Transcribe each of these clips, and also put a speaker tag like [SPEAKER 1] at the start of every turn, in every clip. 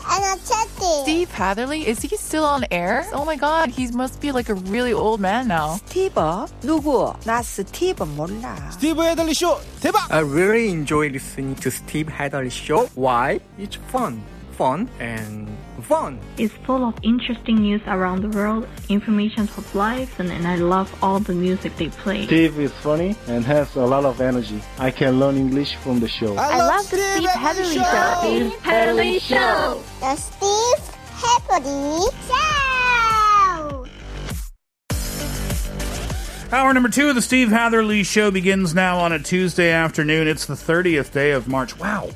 [SPEAKER 1] energetic.
[SPEAKER 2] Steve Hatherley, is he still on air? Oh my god, he must be like a really old man now.
[SPEAKER 3] 스티버? 누구? 나 스티버 몰라.
[SPEAKER 4] 스티브 헤들리 쇼 대박!
[SPEAKER 5] I really enjoy listening to Steve Hadley show. Why? It's fun, fun, and fun.
[SPEAKER 6] It's full of interesting news around the world, information of life, and, and I love all the music they play.
[SPEAKER 7] Steve is funny and has a lot of energy. I can learn English from the show.
[SPEAKER 4] I love, Steve 헤들리 쇼.
[SPEAKER 1] The Steve Happening Show.
[SPEAKER 8] Hour number two of the Steve Hatherley Show begins now on a Tuesday afternoon. It's the 30th day of March. Wow.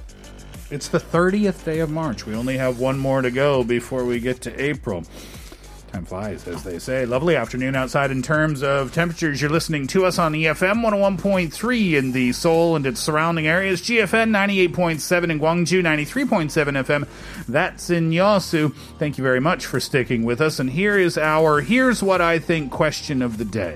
[SPEAKER 8] It's the 30th day of March. We only have one more to go before we get to April. Time flies, as they say. Lovely afternoon outside in terms of temperatures. You're listening to us on E EFM 101.3 in the Seoul and its surrounding areas, GFN 98.7 in Gwangju, 93.7 FM. That's in Yasu. Thank you very much for sticking with us. And here is our Here's What I Think question of the day.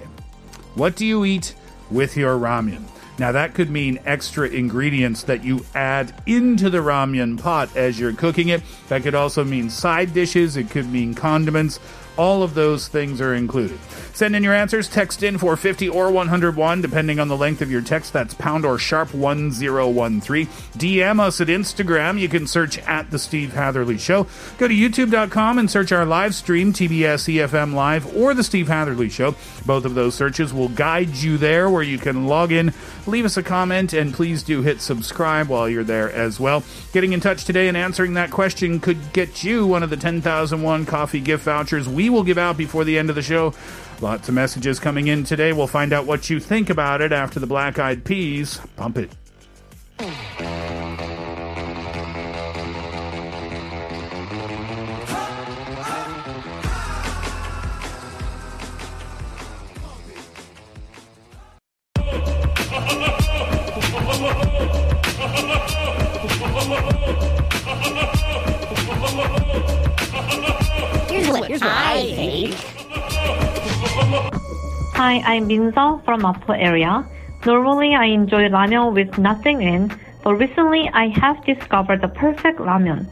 [SPEAKER 8] What do you eat with your ramen? Now, that could mean extra ingredients that you add into the ramen pot as you're cooking it. That could also mean side dishes. It could mean condiments. All of those things are included. Send in your answers. Text in 450 or 101, depending on the length of your text. That's pound or sharp 1013. DM us at Instagram. You can search at The Steve Hatherley Show. Go to youtube.com and search our live stream, TBS EFM E Live or The Steve Hatherley Show. Both of those searches will guide you there where you can log in, leave us a comment, and please do hit subscribe while you're there as well. Getting in touch today and answering that question could get you one of the 10,001 coffee gift vouchers we will give out before the end of the show. Lots of messages coming in today. We'll find out what you think about it after the Black Eyed Peas. Pump it.
[SPEAKER 6] Hi, I'm Minso from Mapo area. Normally, I enjoy ramen with nothing in, but recently I have discovered the perfect ramen.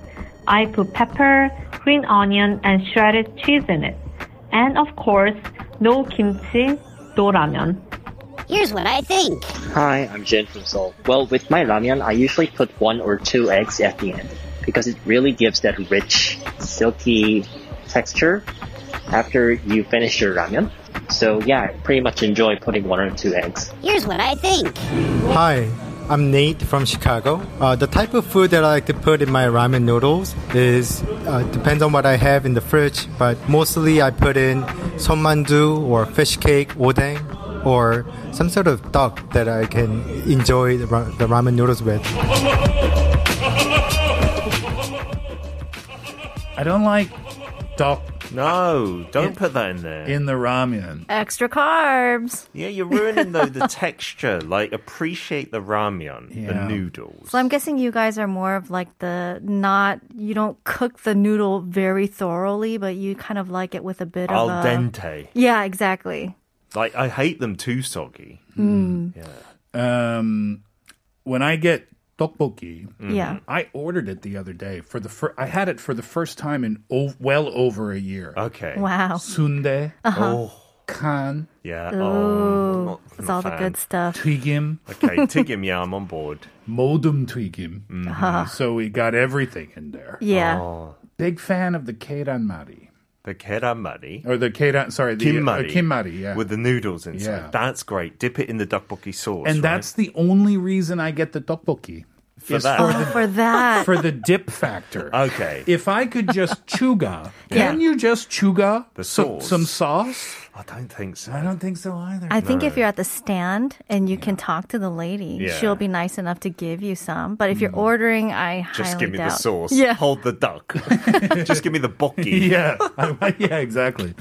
[SPEAKER 6] I put pepper, green onion, and shredded cheese in it. And of course, no kimchi, no ramen.
[SPEAKER 3] Here's what I think.
[SPEAKER 7] Hi, I'm Jen from Seoul. Well, with my ramen, I usually put one or two eggs at the end because it really gives that rich, silky texture after you finish your ramen. So yeah, I pretty much enjoy putting one or two eggs.
[SPEAKER 3] Here's what I think.
[SPEAKER 5] Hi, I'm Nate from Chicago. Uh, the type of food that I like to put in my ramen noodles is uh, depends on what I have in the fridge, but mostly I put in sonmandu or fish cake, odeng, or some sort of duck that I can enjoy the, ra- the ramen noodles with.
[SPEAKER 8] I don't like duck
[SPEAKER 9] No,
[SPEAKER 8] It-
[SPEAKER 9] don't put that in there.
[SPEAKER 8] in the ramen.
[SPEAKER 2] Extra carbs.
[SPEAKER 9] yeah, you're ruining though the texture. Like, appreciate the ramyun,
[SPEAKER 8] Yeah.
[SPEAKER 9] the noodles.
[SPEAKER 6] So I'm guessing you guys are more of like the not, you don't cook the noodle very thoroughly, but you kind of like it with a bit
[SPEAKER 9] Al
[SPEAKER 6] of a.
[SPEAKER 9] dente.
[SPEAKER 6] Yeah, exactly.
[SPEAKER 9] Like, I hate them too soggy.
[SPEAKER 8] Um, when I get tteokbokki,
[SPEAKER 9] Mm-hmm.
[SPEAKER 6] Yeah.
[SPEAKER 8] I ordered it the other day for the fir- I had it for the first time in o- well over a year.
[SPEAKER 9] Okay.
[SPEAKER 6] Wow.
[SPEAKER 8] Sundae,
[SPEAKER 6] Uh-huh.
[SPEAKER 9] Oh,
[SPEAKER 8] kan,
[SPEAKER 9] yeah.
[SPEAKER 6] Ooh,
[SPEAKER 9] Oh, not-
[SPEAKER 6] it's
[SPEAKER 9] not
[SPEAKER 6] all
[SPEAKER 9] a
[SPEAKER 6] the
[SPEAKER 9] fan.
[SPEAKER 6] good stuff.
[SPEAKER 8] 튀김,
[SPEAKER 9] Okay, tigim, yeah, I'm on board.
[SPEAKER 8] modum 튀김. So we got everything in there.
[SPEAKER 6] Uh-huh. Yeah.
[SPEAKER 9] Mm-hmm. Oh,
[SPEAKER 8] Big fan of the keiran mari
[SPEAKER 9] the keramari.
[SPEAKER 8] or the keiran. Sorry, the Uh,
[SPEAKER 9] Kimmari.
[SPEAKER 8] kimmari. Yeah.
[SPEAKER 9] With the noodles
[SPEAKER 8] Yeah.
[SPEAKER 9] inside. That's great. Dip it in the tteokbokki sauce.
[SPEAKER 8] and
[SPEAKER 9] right?
[SPEAKER 8] that's the only reason I get the tteokbokki.
[SPEAKER 9] for
[SPEAKER 8] is
[SPEAKER 9] that.
[SPEAKER 6] Oh, for that.
[SPEAKER 8] for the dip factor.
[SPEAKER 9] Okay.
[SPEAKER 8] If I could just chuga,
[SPEAKER 6] Yeah.
[SPEAKER 8] can you just chuga
[SPEAKER 9] The
[SPEAKER 8] some,
[SPEAKER 9] sauce.
[SPEAKER 8] some sauce?
[SPEAKER 9] I don't think so.
[SPEAKER 8] I don't think so either.
[SPEAKER 6] I think if you're at the stand and you can talk to the lady,
[SPEAKER 9] Yeah. Mm.
[SPEAKER 6] she'll be nice enough to give you some. But if you're ordering, I highly
[SPEAKER 9] Just give me
[SPEAKER 6] doubt.
[SPEAKER 9] the sauce.
[SPEAKER 6] Yeah.
[SPEAKER 9] Hold the duck. Just give me the bokki.
[SPEAKER 8] yeah, I- yeah, exactly.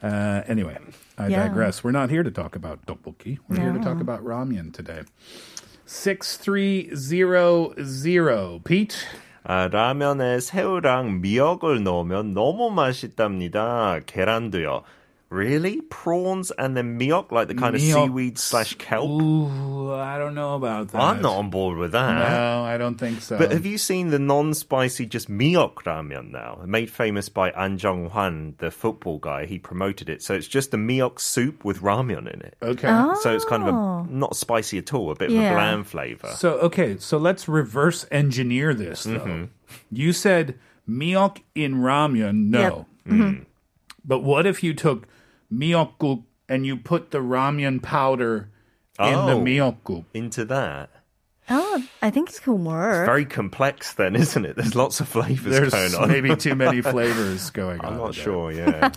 [SPEAKER 8] Uh, anyway, I
[SPEAKER 10] Yeah.
[SPEAKER 8] digress. We're not here to talk about tteokbokki. We're here to talk
[SPEAKER 10] No.
[SPEAKER 8] about ramyun today. 6300 Pete.
[SPEAKER 9] 아, 라면에 새우랑 미역을 넣으면 너무 맛있답니다. 계란도요. Really? Prawns and then miok, like the kind of
[SPEAKER 8] Miok.
[SPEAKER 9] seaweed slash kelp?
[SPEAKER 8] Ooh, I don't know about that.
[SPEAKER 9] I'm not on board with that.
[SPEAKER 8] No, I don't think so.
[SPEAKER 9] But have you seen the non-spicy just miok ramyun now? Made famous by An Jung Hwan, the football guy. He promoted it. So it's just a miok soup with ramyun in it.
[SPEAKER 8] Okay.
[SPEAKER 11] Uh-huh.
[SPEAKER 9] So it's kind of
[SPEAKER 8] Oh.
[SPEAKER 9] a, not spicy at all, a bit of
[SPEAKER 8] Yeah.
[SPEAKER 9] a bland flavor.
[SPEAKER 8] So okay, so let's reverse engineer this though.
[SPEAKER 9] Mm-hmm.
[SPEAKER 8] You said miok in ramyun, no. Mm-hmm.
[SPEAKER 9] Yep. Mhm.
[SPEAKER 8] But what if you took miokguk and you put the ramyun powder in the
[SPEAKER 9] Oh,
[SPEAKER 8] miokguk?
[SPEAKER 9] Into that.
[SPEAKER 11] Oh, I think it could work.
[SPEAKER 9] Very complex then, isn't it? There's lots of flavors
[SPEAKER 8] There's
[SPEAKER 9] going on.
[SPEAKER 8] maybe too many flavors going on.
[SPEAKER 9] I'm not sure, yeah.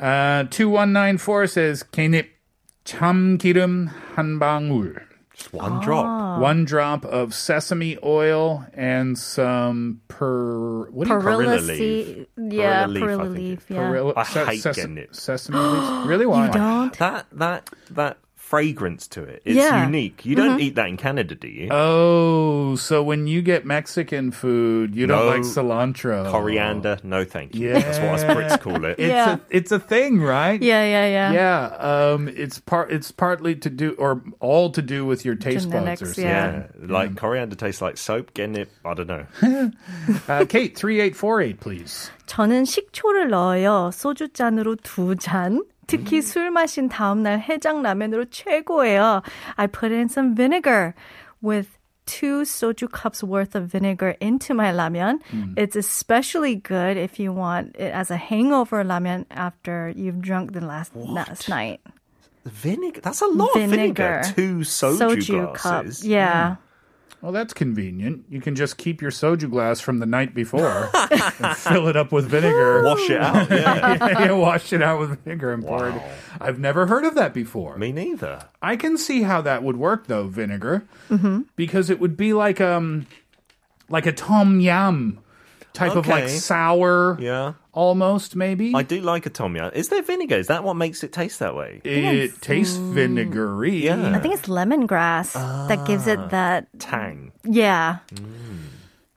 [SPEAKER 8] Uh, 2194 says, Kenip, 참기름 한 방울.
[SPEAKER 9] Just one
[SPEAKER 11] Ah,
[SPEAKER 9] drop.
[SPEAKER 8] One drop of sesame oil and some per... What do you-
[SPEAKER 11] Perilla Perilla leaf. seed- yeah, Perilla leaf, I perilla think leaf, it- yeah.
[SPEAKER 8] Perilla-
[SPEAKER 9] I
[SPEAKER 8] se-
[SPEAKER 9] hate
[SPEAKER 8] ses-
[SPEAKER 9] getting it.
[SPEAKER 8] Sesame leaves? Really? Why?
[SPEAKER 9] That that that fragrance to it. It's
[SPEAKER 8] Yeah.
[SPEAKER 9] unique. You don't
[SPEAKER 8] Mhm.
[SPEAKER 9] eat that in Canada, do you?
[SPEAKER 8] Oh, so when you get Mexican food, you don't
[SPEAKER 9] No.
[SPEAKER 8] like cilantro.
[SPEAKER 9] Coriander, no thank you.
[SPEAKER 8] Yeah.
[SPEAKER 9] That's what us Brits call it.
[SPEAKER 8] It's a it's a thing, right?
[SPEAKER 11] Yeah, yeah, yeah.
[SPEAKER 8] Yeah, um, it's part. It's partly to do, or all to do with your taste buds, or
[SPEAKER 11] Genetics,
[SPEAKER 8] something.
[SPEAKER 9] yeah. like coriander tastes like soap. Getting it, I don't know.
[SPEAKER 8] uh, Kate, three eight four eight, please.
[SPEAKER 11] 저는 식초를 넣어요. 소주 잔으로 두 잔. 특히 술 마신 다음 날 해장 라면으로 최고예요. I put in some vinegar with two soju cups worth of vinegar into my ramen.
[SPEAKER 7] Mm.
[SPEAKER 11] It's especially good if you want it as a hangover ramen after you've drunk the last last night.
[SPEAKER 9] Vinegar. That's a lot of vinegar. Two soju, glasses.
[SPEAKER 11] cup. Yeah.
[SPEAKER 8] Well, that's convenient. You can just keep your soju glass from the night before and fill it up with vinegar.
[SPEAKER 9] Wash it out, yeah.
[SPEAKER 8] yeah, wash it out with vinegar and pour it. I've never heard of that before.
[SPEAKER 9] Me neither.
[SPEAKER 8] I can see how that would work though, vinegar,
[SPEAKER 9] Mm-hmm.
[SPEAKER 8] because it would be like um, like a tom yum type of like
[SPEAKER 9] Okay.
[SPEAKER 8] sour.
[SPEAKER 9] Yeah.
[SPEAKER 8] Almost, maybe.
[SPEAKER 9] I do like a tom yum. Is there vinegar? Is that what makes it taste that way?
[SPEAKER 8] It tastes vinegary.
[SPEAKER 9] Yeah.
[SPEAKER 11] I think it's lemongrass that gives
[SPEAKER 9] Ah.
[SPEAKER 11] it that
[SPEAKER 9] tang.
[SPEAKER 11] Yeah.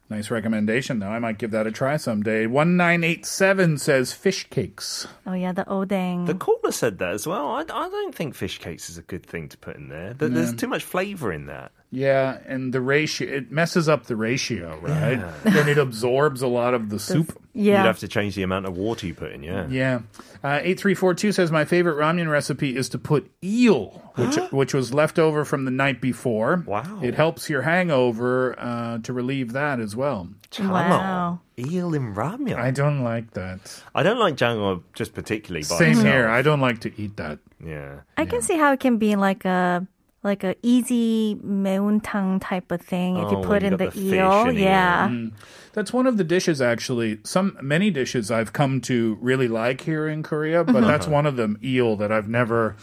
[SPEAKER 8] Nice recommendation though. I might give that a try someday. One nine eight seven says fish cakes.
[SPEAKER 11] Oh yeah, the odeng.
[SPEAKER 9] The caller said that as well. I, I don't think fish cakes is a good thing to put in there. There- There's
[SPEAKER 8] No.
[SPEAKER 9] too much flavour in that.
[SPEAKER 8] Yeah, and the ratio it messes up the ratio, right? then it absorbs a lot of the soup.
[SPEAKER 9] You'd have to change the amount of water you put in, yeah.
[SPEAKER 8] Yeah. Uh, 8342 says my favorite ramen recipe is to put eel, which which was left over from the night before. Wow. It helps your hangover uh, to relieve that as well.
[SPEAKER 9] Wow. Eel in ramyun.
[SPEAKER 8] I don't like that.
[SPEAKER 9] I don't like jango just particularly by
[SPEAKER 8] Same
[SPEAKER 9] itself.
[SPEAKER 8] here. I don't like to eat that.
[SPEAKER 9] Yeah.
[SPEAKER 11] I can see how it can be like a like a easy meuntang type of thing if
[SPEAKER 8] Oh,
[SPEAKER 11] you put
[SPEAKER 8] when you
[SPEAKER 11] in
[SPEAKER 8] got
[SPEAKER 11] the,
[SPEAKER 8] the fish
[SPEAKER 11] eel.
[SPEAKER 8] and
[SPEAKER 11] Yeah.
[SPEAKER 8] Mm. That's one of the dishes actually. Some many dishes I've come to really like here in Korea, but
[SPEAKER 9] Mhm.
[SPEAKER 8] that's one of them eel that I've never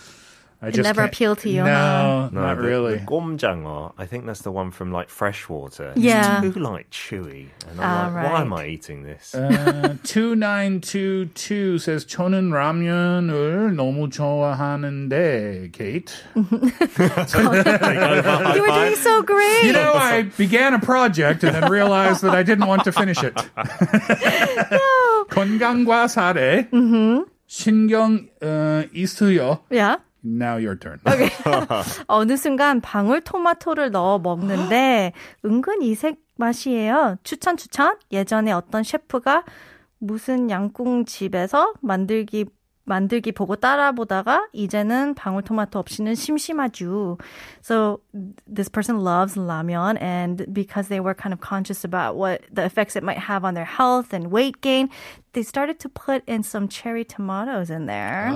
[SPEAKER 8] I
[SPEAKER 11] It
[SPEAKER 8] just
[SPEAKER 11] never
[SPEAKER 8] can't-
[SPEAKER 11] appealed to you,
[SPEAKER 8] No,
[SPEAKER 9] No,
[SPEAKER 8] not
[SPEAKER 9] the-
[SPEAKER 8] really.
[SPEAKER 9] The gomjango, I think that's the one from like freshwater.
[SPEAKER 8] Yeah.
[SPEAKER 9] It's too like chewy.
[SPEAKER 8] Ah,
[SPEAKER 9] And I'm like, why am
[SPEAKER 8] right.
[SPEAKER 9] I eating this?
[SPEAKER 8] Uh, 2922 says 저는 라면을 너무 좋아하는데 Kate
[SPEAKER 11] You were doing so great.
[SPEAKER 8] you know I began a project and then realized that I didn't want to finish it 건강과 사례
[SPEAKER 11] Mhm.
[SPEAKER 8] 신경 어, 있어요 uh,
[SPEAKER 11] Yeah.
[SPEAKER 8] Now your turn
[SPEAKER 11] 어느 순간 방울 토마토를 넣어 먹는데 은근 이색 맛이에요. 추천 추천. 예전에 어떤 셰프가 무슨 양꿍 집에서 만들기 만들기 보고 따라보다가 이제는 방울 토마토 없이는 심심하죠. So this person loves ramen and because they were kind of conscious about what the effects it might have on their health and weight gain, they started to put in some cherry tomatoes in there.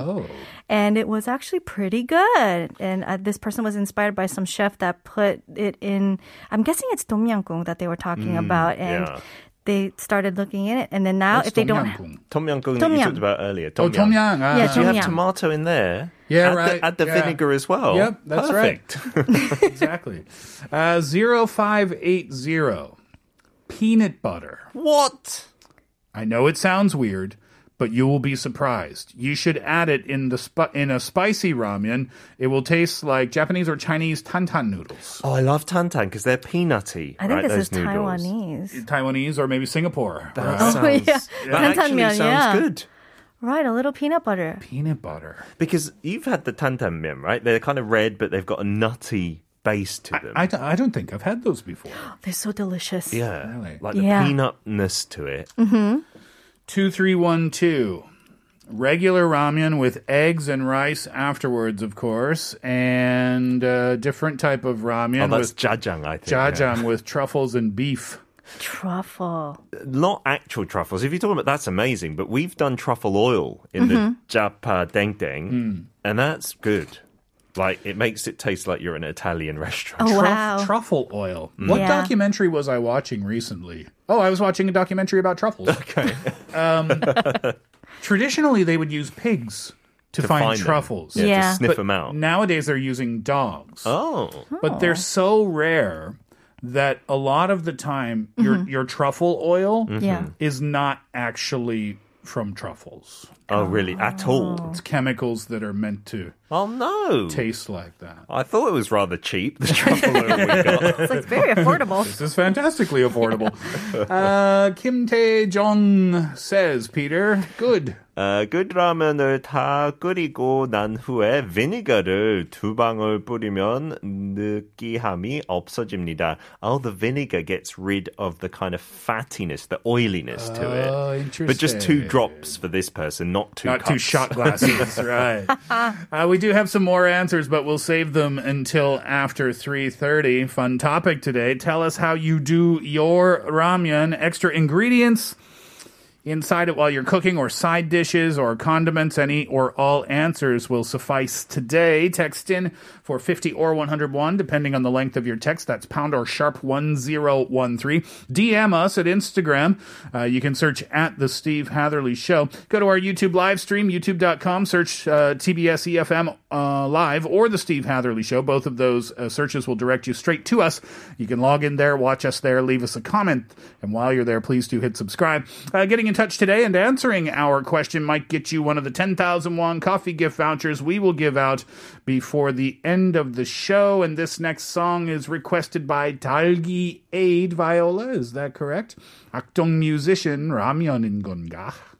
[SPEAKER 11] And it was actually pretty good. And uh, this person was inspired by some chef that put it in, I'm guessing it's Domyanggung that they were talking
[SPEAKER 9] Mm,
[SPEAKER 11] about. And
[SPEAKER 9] yeah.
[SPEAKER 11] they started looking in it. And then now, if they don't.
[SPEAKER 9] Tom Yum Goong that
[SPEAKER 11] Tom
[SPEAKER 9] you
[SPEAKER 11] yum.
[SPEAKER 9] talked about earlier.
[SPEAKER 8] Oh, Tom Yum, ah. Yeah,
[SPEAKER 9] Did you
[SPEAKER 8] Tom
[SPEAKER 9] have
[SPEAKER 8] Yum.
[SPEAKER 9] tomato in there?
[SPEAKER 8] Yeah,
[SPEAKER 9] add
[SPEAKER 8] right,
[SPEAKER 9] The, add the
[SPEAKER 8] yeah.
[SPEAKER 9] vinegar as well.
[SPEAKER 8] Yep, that's right.
[SPEAKER 9] Perfect.
[SPEAKER 8] exactly uh, 0580 peanut butter
[SPEAKER 9] What?
[SPEAKER 8] I know it sounds weird, but you will be surprised. You should add it in the spi- in a spicy ramen. It will taste like Japanese or Chinese tantan noodles.
[SPEAKER 9] Oh, I love tantan because they're peanutty.
[SPEAKER 11] I
[SPEAKER 9] right,
[SPEAKER 11] think this is
[SPEAKER 9] those noodles.
[SPEAKER 11] Taiwanese.
[SPEAKER 8] Taiwanese or maybe Singapore.
[SPEAKER 9] That
[SPEAKER 11] Oh,
[SPEAKER 9] sounds,
[SPEAKER 11] yeah.
[SPEAKER 9] that actually
[SPEAKER 11] Tantanmyeon,
[SPEAKER 9] sounds
[SPEAKER 11] yeah.
[SPEAKER 9] good.
[SPEAKER 11] Right, a little peanut butter.
[SPEAKER 8] Peanut butter.
[SPEAKER 9] Because you've had the tantanmyeon, right? They're kind of red, but they've got a nutty base to them.
[SPEAKER 8] I, d- I don't think I've had those before.
[SPEAKER 11] Oh, They're so delicious.
[SPEAKER 9] yeah, like the
[SPEAKER 11] Yeah.
[SPEAKER 9] peanutness to it.
[SPEAKER 11] Mm-hmm.
[SPEAKER 8] 2312. Regular ramen with eggs and rice afterwards, of course, and uh, different type of ramen.
[SPEAKER 9] Oh, that's
[SPEAKER 8] with
[SPEAKER 9] jajang, I think. yeah.
[SPEAKER 8] jajang with truffles and beef.
[SPEAKER 11] Truffle.
[SPEAKER 9] Not actual truffles. If you're talking about that's amazing, but we've done truffle oil in
[SPEAKER 11] Mhm.
[SPEAKER 9] the Japa Deng Deng,
[SPEAKER 8] Hmm.
[SPEAKER 9] and that's good. Like it makes it taste like you're in an Italian
[SPEAKER 11] Oh,
[SPEAKER 9] restaurant.
[SPEAKER 8] Truff- Truffle oil.
[SPEAKER 9] Mm.
[SPEAKER 8] What
[SPEAKER 9] Oh, Yeah.
[SPEAKER 8] documentary was I watching recently? Oh, I was watching a documentary about truffles. Okay. um, traditionally, they would use pigs to,
[SPEAKER 9] To
[SPEAKER 8] find,
[SPEAKER 9] find them.
[SPEAKER 8] truffles.
[SPEAKER 9] Yeah, to Yeah. sniff
[SPEAKER 8] But
[SPEAKER 9] them out.
[SPEAKER 8] Nowadays, they're using dogs.
[SPEAKER 9] Oh.
[SPEAKER 8] But they're so rare that a lot of the time, your, your truffle oil
[SPEAKER 9] Mhm. Mm-hmm. Yeah.
[SPEAKER 8] is not actually from truffles.
[SPEAKER 9] Oh, really? At all?
[SPEAKER 8] It's chemicals that are meant to
[SPEAKER 9] Oh no!
[SPEAKER 8] taste like that.
[SPEAKER 9] I thought it was rather cheap. The truffle oil we got.
[SPEAKER 11] It's like very affordable.
[SPEAKER 8] This is fantastically affordable. uh, Kim Tae Jong says, Peter, good.
[SPEAKER 9] 어, good ramen을 다 끓이고 난 후에 비니거를 두 방울 뿌리면 느끼함이 없어집니다. Oh, the vinegar gets rid of the kind of fattiness, the oiliness to it.
[SPEAKER 8] Oh,
[SPEAKER 9] But just two
[SPEAKER 8] interesting.
[SPEAKER 9] drops for this person, not two
[SPEAKER 8] Not two
[SPEAKER 9] cups.
[SPEAKER 8] shot glasses, right? Uh, we do have some more answers, but we'll save them until after 3.30. Fun topic today. Tell us how you do your ramyun. Extra ingredients inside it while you're cooking or side dishes or condiments. Any or all answers will suffice today. Text in for 50 or 101, depending on the length of your text. That's pound or sharp 1013. DM us at Instagram. Uh, you can search at The Steve Hatherley Show. Go to our YouTube live stream, youtube.com, search uh, TBS EFM uh, Live or The Steve Hatherley Show. Both of those uh, searches will direct you straight to us. You can log in there, watch us there, leave us a comment. And while you're there, please do hit subscribe. Uh, getting in touch today and answering our question might get you one of the 10,000 won coffee gift vouchers we will give out before the end of the show. And this next song is requested by Dalgi Aid Viola. Is that correct? Akdong musician Ramyeon in Gonga.
[SPEAKER 1] Oh,